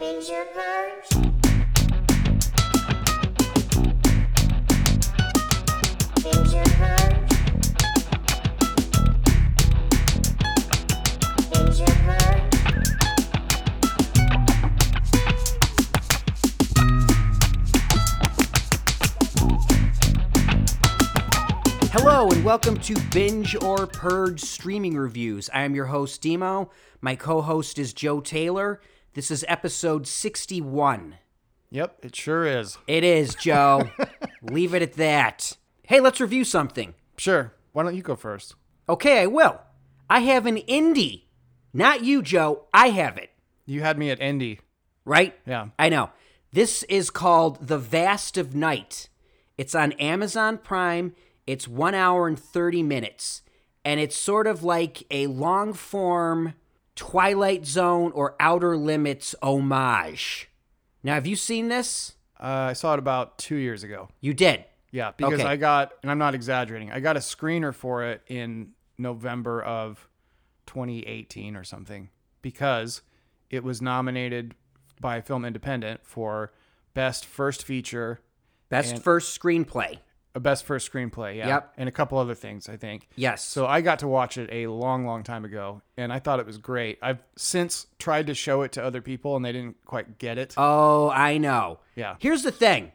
Ranger Bird. Ranger Bird. Ranger Bird. Hello and welcome to Binge or Purge Streaming Reviews. I am your host, Demo. My co host is Joe Taylor. This is episode 61. Yep, it sure is. It is, Joe. Leave it at that. Hey, let's review something. Sure. Why don't you go first? Okay, I will. I have an indie. Not you, Joe. I have it, You had me at Indy. right? Yeah. I know. This is called The Vast of Night. It's on Amazon Prime. It's one hour and 30 minutes. And it's sort of like a long form Twilight Zone or Outer Limits homage. Now, have you seen this? Uh, I saw it about two years ago. You did. Yeah, because Okay. I got, and I'm not exaggerating, I got a screener for it in November of 2018 or something because it was nominated by Film Independent for Best First Feature, Best And- first screenplay. uh, Best First Screenplay. Yeah. Yep. And a couple other things, I think. Yes. So I got to watch it a long, long time ago, and I thought it was great. I've since tried to show it to other people, and they didn't quite get it. Oh, I know. Yeah. Here's the thing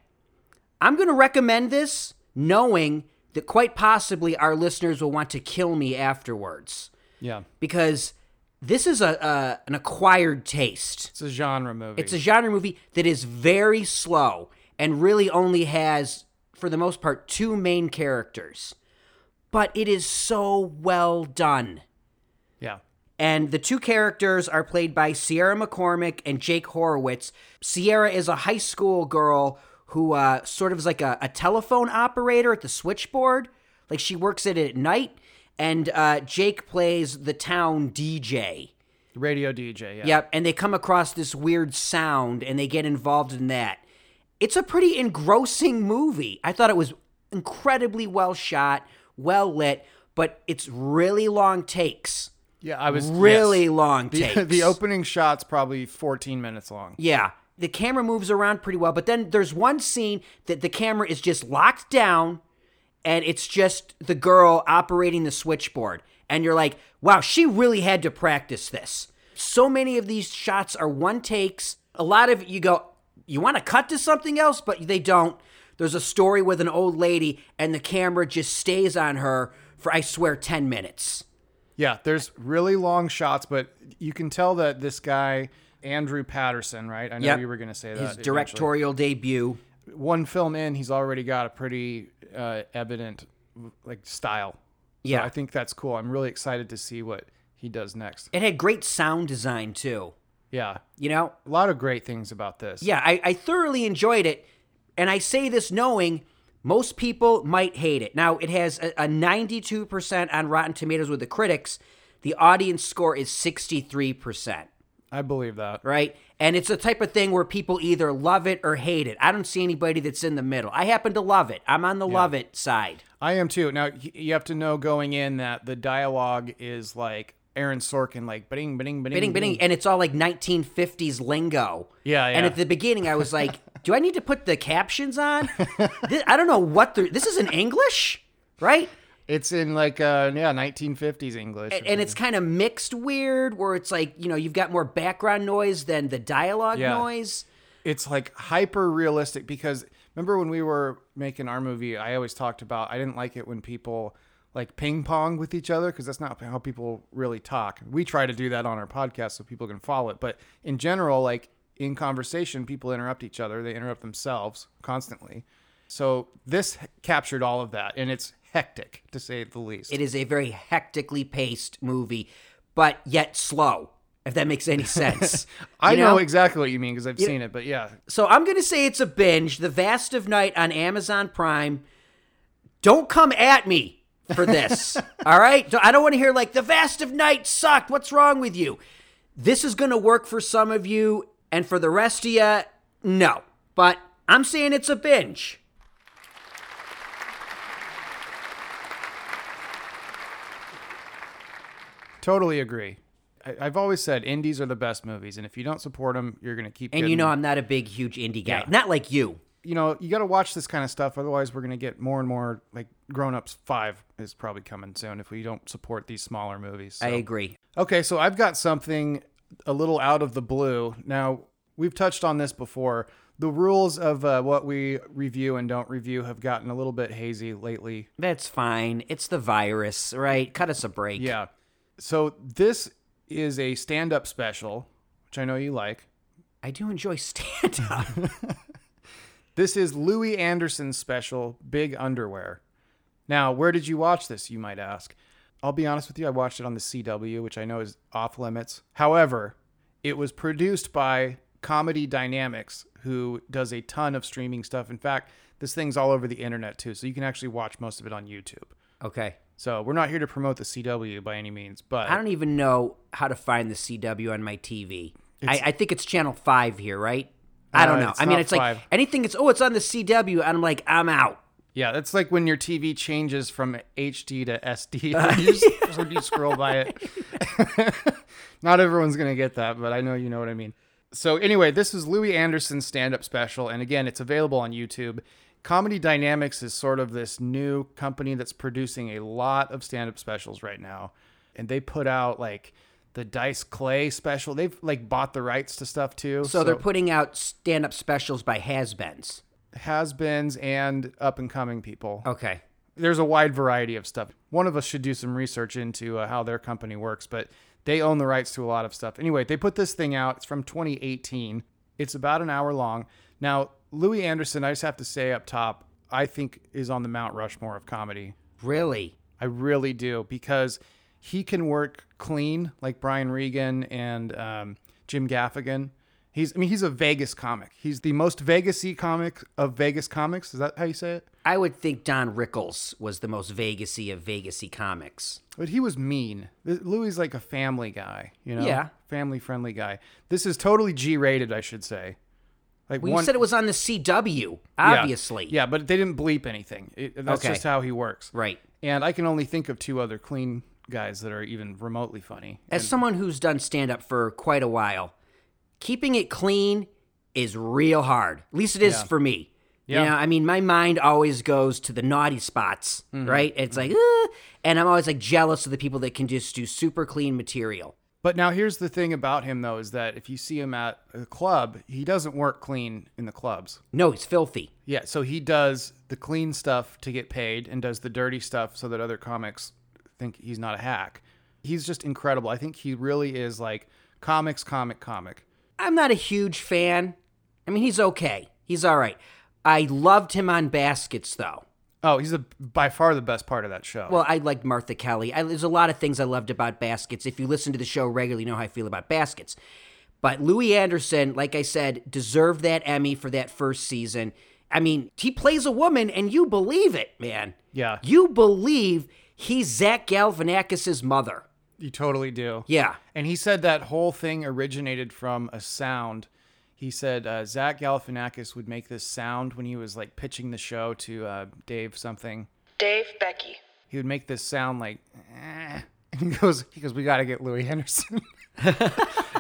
I'm going to recommend this knowing that quite possibly our listeners will want to kill me afterwards yeah, because this is a, a an acquired taste. it's a genre movie. It's a genre movie that is very slow and really only has, for the most part, two main characters. But it is so well done. yeah, And the two characters are played by Sierra McCormick and Jake Horowitz. Sierra is a high school girl who uh, sort of is like a, a telephone operator at the switchboard. Like she works at it at night. And uh, Jake plays the town DJ. radio DJ. Yeah, Yep. And they come across this weird sound and they get involved in that. It's a pretty engrossing movie. I thought it was incredibly well shot, well lit, but it's really long takes yeah. I was really yes. long The- takes. The, opening shot's probably 14 minutes long. yeah. The camera moves around pretty well, but then there's one scene that the camera is just locked down and it's just the girl operating the switchboard. And you're like, wow, she really had to practice this. So many of these shots are one takes. A lot of you go, you want to cut to something else, but they don't. There's a story with an old lady, and the camera just stays on her for, I swear, 10 minutes. Yeah, there's really long shots, but you can tell that this guy Andrew Patterson, right? I know Yep. you were going to say that. His eventually. directorial debut. One film in, he's already got a pretty uh, evident like style. Yeah. I think that's cool. I'm really excited to see what he does next. It had great sound design too. Yeah. You know? A lot of great things about this. Yeah, I, I thoroughly enjoyed it. And I say this knowing most people might hate it. Now, it has a, a 92% on Rotten Tomatoes with the critics. The audience score is 63%, I believe that. right? And it's the type of thing where people either love it or hate it. I don't see anybody that's in the middle. I happen to love it. I'm on the love it side. I am too. Now, y- you have to know going in that the dialogue is like Aaron Sorkin, like bing, bing, bing, Bidding, bidding, and it's all like 1950s lingo. Mm-hmm. Yeah, And yeah. at the beginning, I was like, "Do I need to put the captions on? Thi- I don't know what the this is in English, right? It's in like, uh, yeah, 1950s English. or And, and it's something. kind of mixed weird, where it's like you know you've got more background noise than the dialogue Yeah. noise. it's like hyper realistic because remember when we were making our movie, I always talked about I didn't like it when people like ping pong with each other because that's not how people really talk. We try to do that on our podcast so people can follow it, but in general, like in conversation, people interrupt each other, they interrupt themselves constantly. So this h- captured all of that, and it's hectic to say the least. It is a very hectically paced movie, but yet slow. If that makes any sense. I You know, exactly what you mean because I've seen it, but yeah, So I'm going to say it's a binge. The Vast of Night on Amazon Prime. Don't come at me for this. all right? Don't- I don't want to hear like The Vast of Night sucked. What's wrong with you? This is going to work for some of you and for the rest of you, no. But I'm saying it's a binge. totally agree. I, I've always said indies are the best movies, and if you don't support them, you're gonna keep. And you getting- know, I'm not a big, huge indie guy. Yeah. Not like you. you know, you got to watch this kind of stuff. Otherwise, we're gonna get more and more like Grown Ups Five is probably coming soon if we don't support these smaller movies. So- I agree. Okay, so I've got something a little out of the blue. Now, we've touched on this before. The rules of uh, what we review and don't review have gotten a little bit hazy lately. That's fine. It's the virus, right? Cut us a break. Yeah. So this is a stand up special, which I know you like. I do enjoy stand up. This is Louis Anderson's special, Big Underwear. Now, where did you watch this, you might ask? I'll be honest with you, I watched it on the CW, which I know is off limits. However, it was produced by Comedy Dynamics, who does a ton of streaming stuff. In fact, this thing's all over the internet too, so you can actually watch most of it on YouTube. okay. So we're not here to promote the CW by any means, but I don't even know how to find the CW on my TV. I, I think it's channel five here, right? I don't Uh, know. it's I mean, not it's five. like anything. It's oh, it's on the CW, and I'm like, I'm out. Yeah, that's like when your TV changes from HD to SD. Uh, when you, s- when you scroll by it. Not everyone's going to get that, but I know you know what I mean. So, anyway, this is Louis Anderson's stand up special. And again, it's available on YouTube. Comedy Dynamics is sort of this new company that's producing a lot of stand up specials right now. And they put out like the Dice Clay special. They've like bought the rights to stuff too. So, they're putting out stand up specials by has-beens. has beens and up and coming people. Okay. there's a wide variety of stuff. One of us should do some research into uh, how their company works, but they own the rights to a lot of stuff. Anyway, they put this thing out. It's from 2018. It's about an hour long. Now, Louis Anderson, I just have to say up top, I think is on the Mount Rushmore of comedy. Really? I really do because he can work clean like Brian Regan and um, Jim Gaffigan. He's I mean he's a Vegas comic. He's the most Vegasy comic of Vegas comics. Is that how you say it? I would think Don Rickles was the most Vegasy of Vegasy comics. But he was mean. Th- Louis like a family guy, you know. Yeah. Family friendly guy. This is totally G rated, I should say. Like Well, you said it was on the CW, Yeah. obviously. Yeah, but they didn't bleep anything. It, that's Okay. just how he works. Right. And I can only think of two other clean guys that are even remotely funny. As someone who's done stand up for quite a while, keeping it clean is real hard. At least it is for me. Yeah. Yeah. You know, I mean, my mind always goes to the naughty spots, Mm-hmm. right? It's like, "Ah," and I'm always like jealous of the people that can just do super clean material. But now here's the thing about him though is that if you see him at a club, he doesn't work clean in the clubs. No, he's filthy. Yeah, so he does the clean stuff to get paid and does the dirty stuff so that other comics think he's not a hack. He's just incredible. I think he really is like comics, comic, comic. I'm not a huge fan. I mean, he's okay. He's all right. I loved him on Baskets, though. Oh, he's the, by far the best part of that show. Well, I liked Martha Kelly. I, there's a lot of things I loved about Baskets. If you listen to the show regularly, you know how I feel about Baskets. But Louis Anderson, like I said, deserved that Emmy for that first season. I mean, he plays a woman, and you believe it, man. Yeah. You believe he's Zach Galifianakis's mother. you totally do. Yeah. And he said that whole thing originated from a sound. He said uh, Zach Galifianakis would make this sound when he was like pitching the show to uh, Dave something. Dave Becky. He would make this sound like, eh. and he goes, he goes, we got to get Louis Henderson.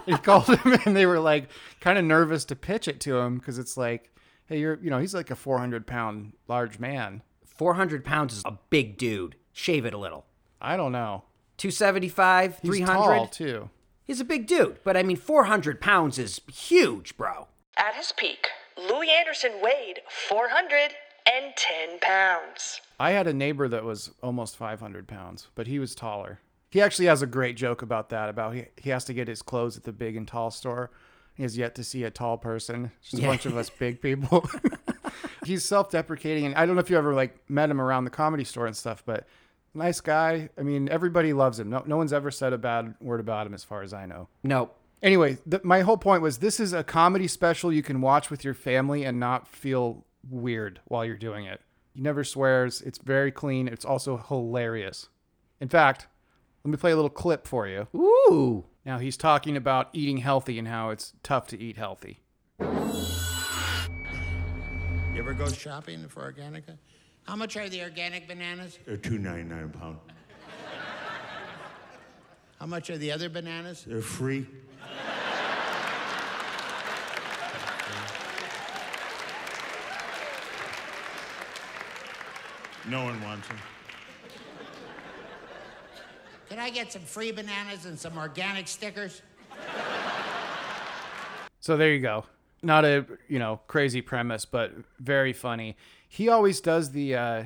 he called him, and they were like kind of nervous to pitch it to him because it's like, hey, you're, you know, he's like a 400 pound large man. 400 pounds is a big dude. Shave it a little. I don't know. 275, He's 300. tall too. He's a big dude, but I mean, 400 pounds is huge, bro. At his peak, Louis Anderson weighed 410 pounds. I had a neighbor that was almost 500 pounds, but he was taller. He actually has a great joke about that. About he, he has to get his clothes at the big and tall store. He has yet to see a tall person. It's Just a bunch of us big people. He's self-deprecating, and I don't know if you ever like met him around the comedy store and stuff, but nice guy. I mean, everybody loves him. No, no one's ever said a bad word about him, as far as I know. Nope. Anyway, th- my whole point was this is a comedy special you can watch with your family and not feel weird while you're doing it. He never swears. It's very clean. It's also hilarious. In fact, let me play a little clip for you. Ooh. Now he's talking about eating healthy and how it's tough to eat healthy. You ever go shopping for organica? How much are the organic bananas? They're two ninety nine a pound. How much are the other bananas? They're free. no one wants them. Can I get some free bananas and some organic stickers? So there you go. Not a you know crazy premise, but very funny. He always does the. Uh,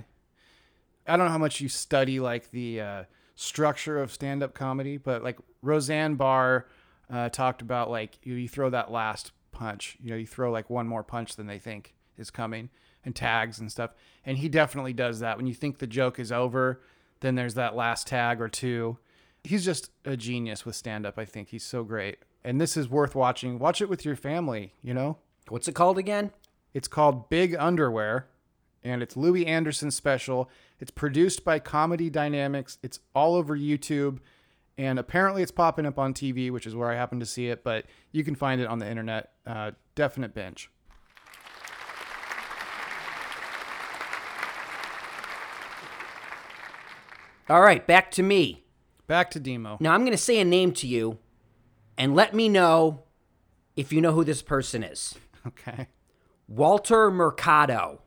I don't know how much you study like the uh, structure of stand-up comedy, but like Roseanne Barr uh, talked about, like you, you throw that last punch. You know, you throw like one more punch than they think is coming, and tags and stuff. And he definitely does that. When you think the joke is over, then there's that last tag or two he's just a genius with stand up. I think he's so great. And this is worth watching. Watch it with your family, you know? What's it called again? It's called Big Underwear and it's Louis Anderson special. It's produced by Comedy Dynamics. It's all over YouTube and apparently it's popping up on TV, which is where I happen to see it, but you can find it on the internet. Uh, definite bench. All right, back to me. Back to Demo. Now I'm going to say a name to you and let me know if you know who this person is. Okay. Walter Mercado.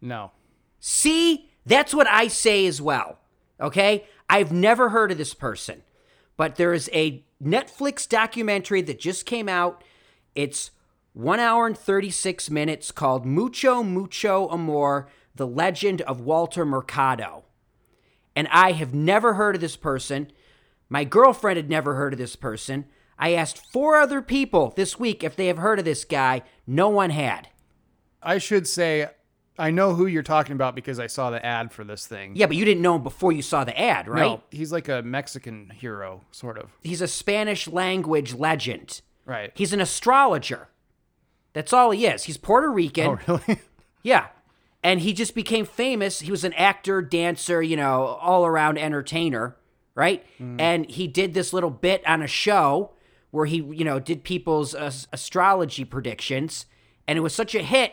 No. See, that's what I say as well. Okay? I've never heard of this person, but there is a Netflix documentary that just came out. It's one hour and 36 minutes called Mucho Mucho Amor The Legend of Walter Mercado. And I have never heard of this person. My girlfriend had never heard of this person. I asked four other people this week if they have heard of this guy. No one had. I should say I know who you're talking about because I saw the ad for this thing. Yeah, but you didn't know him before you saw the ad, right? No, he's like a Mexican hero, sort of. he's a Spanish language legend. Right. He's an astrologer. That's all he is. He's Puerto Rican. oh really? Yeah. And he just became famous. He was an actor, dancer, you know, all around entertainer, right? And he did this little bit on a show where he, you know, did people's uh, astrology predictions. And it was such a hit,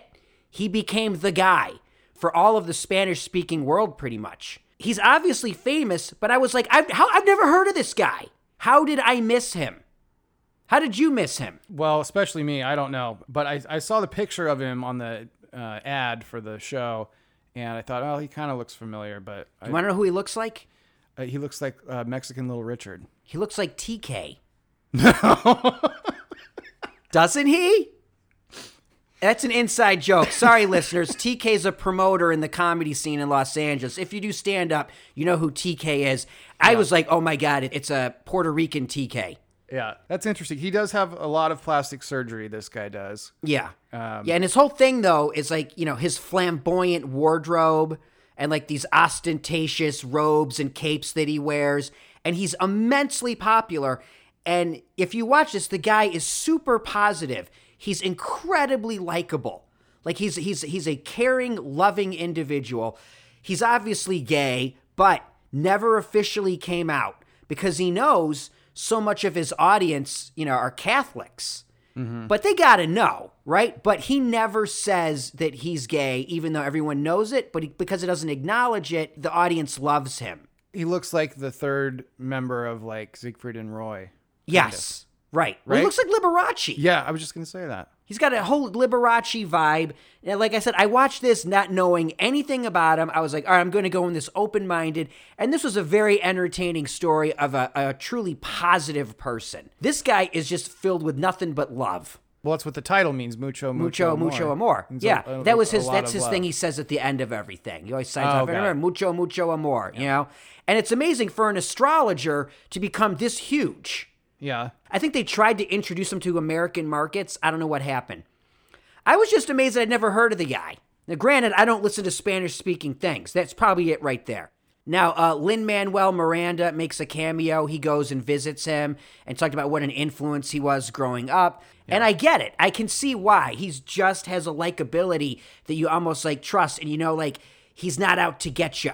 he became the guy for all of the Spanish speaking world, pretty much. He's obviously famous, but I was like, I've, how, I've never heard of this guy. How did I miss him? How did you miss him? well, especially me, I don't know, but I I saw the picture of him on the uh, ad for the show, and I thought, oh, he kind of looks familiar, but I, You want to know who he looks like? uh, he looks like uh, Mexican Little Richard. He looks like TK. Doesn't he? That's an inside joke. Sorry, listeners. TK's a promoter in the comedy scene in Los Angeles. If you do stand up, you know who TK is. I was like, oh my God, it- it's a Puerto Rican TK. Yeah, that's interesting. He does have a lot of plastic surgery. This guy does. Yeah. yeah. And his whole thing, though, is like, you know, his flamboyant wardrobe and like these ostentatious robes and capes that he wears. And he's immensely popular. And if you watch this, the guy is super positive. He's incredibly likable. Like he's he's he's a caring, loving individual. He's obviously gay, but never officially came out because he knows so much of his audience, you know, are Catholics. Mm-hmm. But they got to know, right? But he never says that he's gay, even though everyone knows it. But he, because he doesn't acknowledge it, the audience loves him. He looks like the third member of like Siegfried and Roy. Yes. Right. Well, he Right? looks like Liberace. Yeah, I was just gonna say that. He's got a whole Liberace vibe. And like I said, I watched this not knowing anything about him. I was like, all right, I'm going to go in this open minded. And this was a very entertaining story of a, a truly positive person. This guy is just filled with nothing but love. Well, that's what the title means. Mucho, Mucho, mucho, amor. mucho amor. Means a- Yeah, a- that was a his. lot That's of his love. thing. He says at the end of everything. He always signs Oh, off. got And remember, it. mucho, mucho amor. You know, and it's amazing for an astrologer to become this huge. Yeah. I think they tried to introduce him to American markets. I don't know what happened. I was just amazed that I'd never heard of the guy. Now, granted, I don't listen to Spanish speaking things. That's probably it right there. Now, uh, Lin Manuel Miranda makes a cameo. He goes and visits him and talked about what an influence he was growing up. And I get it. I can see why. He's just has a likability that you almost like trust, and you know, like he's not out to get you.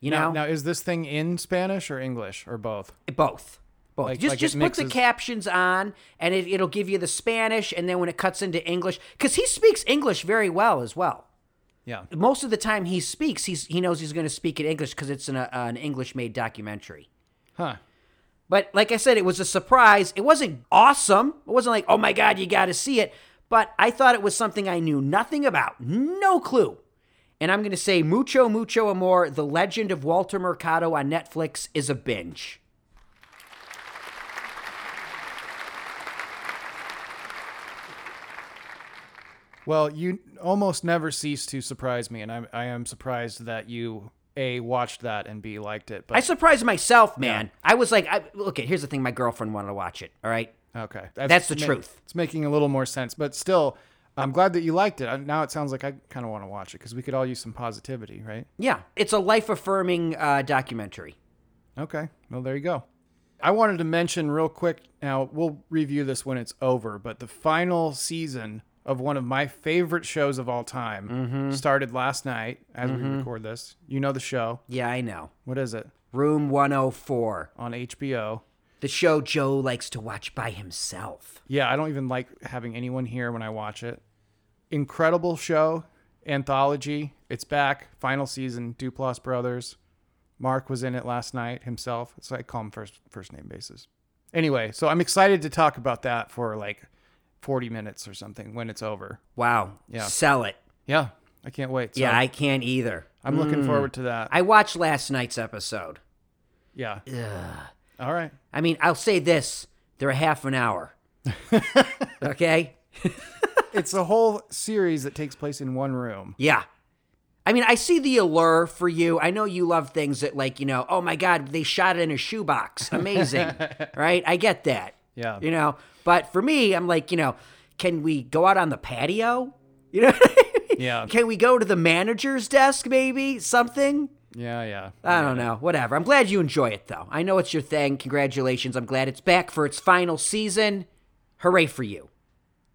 You Now, know, now, is this thing in Spanish or English or both? both. Both. Like- just like it just put the mixes- captions on and it, it'll give you the Spanish and then when it cuts into English cuz he speaks English very well as well. Yeah. Most of the time he speaks, he's he knows he's going to speak in English cuz it's an, uh, an English made documentary. Huh. But like I said, it was a surprise. It wasn't awesome. It wasn't like, oh my God, you got to see it. But I thought it was something I knew nothing about, no clue. And I'm going to say Mucho, Mucho Amor, The Legend of Walter Mercado on Netflix is a binge. Well, you almost never cease to surprise me, and I'm, I am surprised that you a watched that and b liked it. But I surprised myself, man. I was like, I, look, here's the thing my girlfriend wanted to watch it, all right? okay, That's the truth. It's making a little more sense, but still, I'm glad that you liked it. I- Now it sounds like I kind of want to watch it because we could all use some positivity, right? Yeah, it's a life affirming uh, documentary. Okay. Well, there you go. I wanted to mention real quick. Now we'll review this when it's over, but the final season of one of my favorite shows of all time Mm-hmm. started last night as we record this. You know the show. Yeah, I know. What is it Room 104. on HBO? The show Joe likes to watch by himself. Yeah, I don't even like having anyone here when I watch it. Incredible show, anthology. It's back, final season. Duplass brothers. Mark was in it last night himself, so I call him first first name basis. Anyway, so I'm excited to talk about that for like 40 minutes or something when it's over. Wow. Yeah. Sell it. Yeah, I can't wait. So yeah, I can't either. I'm looking forward to that. I watched last night's episode. yeah. All right. I mean, I'll say this they're a half an hour. okay? It's a whole series that takes place in one room. Yeah. I mean, I see the allure for you. I know you love things that, like, you know, oh my God, they shot it in a shoebox. Amazing. right? I get that. Yeah. You know, but for me, I'm like, you know, can we go out on the patio? You know, what I mean? Yeah. Can we go to the manager's desk, maybe? Something? Yeah, yeah. I don't know. Whatever. I'm glad you enjoy it, though. I know it's your thing. Congratulations. I'm glad it's back for its final season. Hooray for you.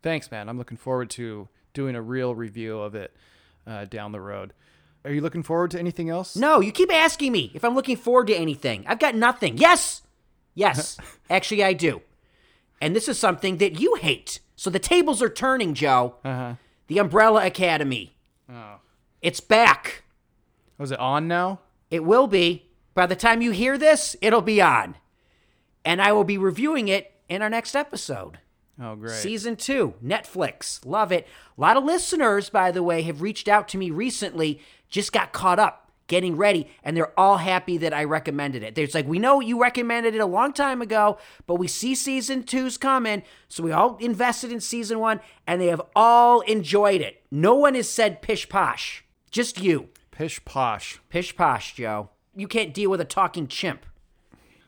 Thanks, man. I'm looking forward to doing a real review of it uh, down the road. Are you looking forward to anything else? No, you keep asking me if I'm looking forward to anything. I've got nothing. Yes. Yes. Actually, I do. And this is something that you hate. So the tables are turning, Joe. Uh-huh. The Umbrella Academy. It's back. Oh. Was it on now? It will be. By the time you hear this, it'll be on. And I will be reviewing it in our next episode. Oh, great. Season two, Netflix. Love it. A lot of listeners, by the way, have reached out to me recently, just got caught up getting ready, and they're all happy that I recommended it. There's like, we know you recommended it a long time ago, but we see season two's coming. So we all invested in season one, and they have all enjoyed it. No one has said pish posh, just you. Pish posh. Pish posh, Joe. You can't deal with a talking chimp.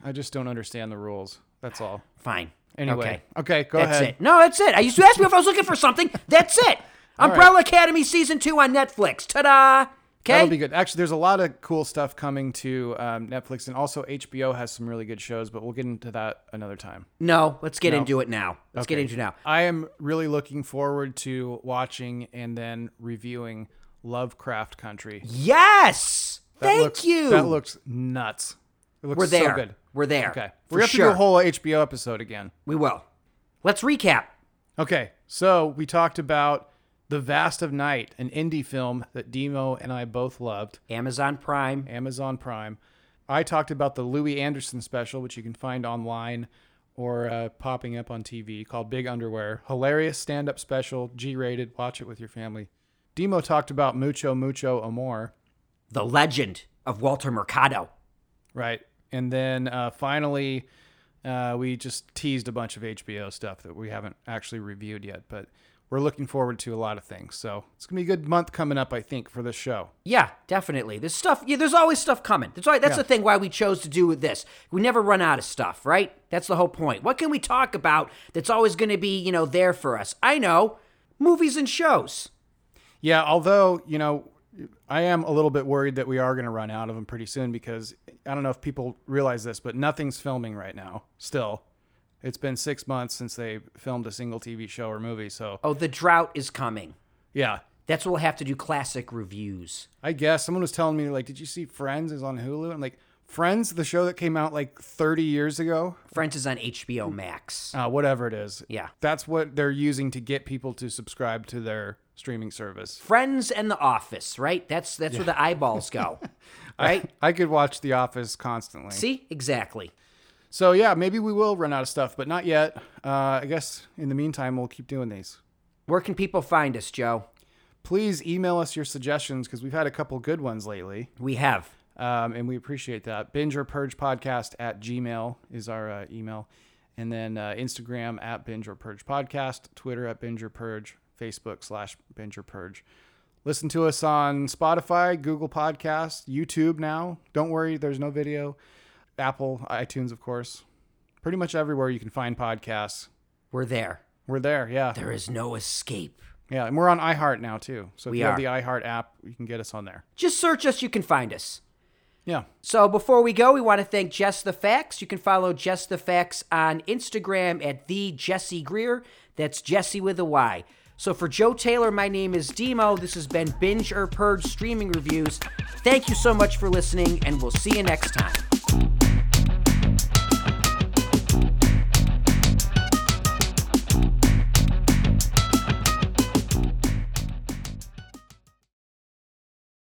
I just don't understand the rules. That's all. Fine. Anyway. Okay. Okay, go That's ahead. it. No, that's it. I used to ask me if I was looking for something. That's it. Umbrella Academy season two on Netflix. Ta-da! That'll be Okay. good. Actually, there's a lot of cool stuff coming to um, Netflix, and also HBO has some really good shows, but we'll get into that another time. No, let's get into it now. Let's get Okay. into it now. I am really looking forward to watching and then reviewing Lovecraft Country. Yes. That Thank looks- you. That looks nuts. It looks We're there. so good. We're there. Okay. For We're going to sure. do a whole HBO episode again. we will. Let's recap. Okay. So we talked about The Vast of Night, an indie film that Demo and I both loved, Amazon Prime. Amazon Prime. I talked about the Louis Anderson special, which you can find online or uh, popping up on TV called Big Underwear. Hilarious stand up special, G rated. Watch it with your family. Demo talked about Mucho Mucho Amor. The Legend of Walter Mercado. Right. And then uh, finally, uh, we just teased a bunch of HBO stuff that we haven't actually reviewed yet, but we're looking forward to a lot of things. So it's going to be a good month coming up, I think, for this show. Yeah, definitely. There's stuff. Yeah, there's always stuff coming. That's right. That's the thing why we chose to do this. We never run out of stuff, right? That's the whole point. What can we talk about that's always going to be, you know, there for us? I know, movies and shows. Yeah. Although, you know, I am a little bit worried that we are going to run out of them pretty soon because I don't know if people realize this, but nothing's filming right now still. It's been six months since they filmed a single TV show or movie. So, Oh, the drought is coming. yeah. That's what we'll have to do classic reviews. I guess someone was telling me like, did you see Friends is on Hulu? I'm like, Friends, the show that came out like 30 years ago, Friends is on HBO Max. uh, whatever it is. Yeah. that's what they're using to get people to subscribe to their streaming service. Friends and The Office, right? That's that's where the eyeballs go. right? I could watch The Office constantly. See? Exactly. So yeah, maybe we will run out of stuff, but not yet. Uh, I guess in the meantime, we'll keep doing these. Where can people find us, Joe? Please email us your suggestions because we've had a couple good ones lately, We have. um, and we appreciate that. Binge or Purge Podcast at Gmail is our uh, email, and then uh, Instagram at Binge or Purge Podcast, Twitter at Binge or Purge, Facebook slash Binge or Purge. Listen to us on Spotify, Google Podcasts, YouTube now. Don't worry, there's no video. Apple, iTunes, of course. Pretty much everywhere you can find podcasts. We're there. We're there, yeah. There is no escape. Yeah, and we're on iHeart now too. So if We you are. have the iHeart app, you can get us on there. Just search us, you can find us. Yeah. So before we go, we want to thank Jess the Facts. You can follow Jess the Facts on Instagram at the Jesse Greer. That's Jesse with a Y. So for Joe Taylor, my name is Demo. This has been Binge or Purge Streaming Reviews. Thank you so much for listening, and we'll see you next time.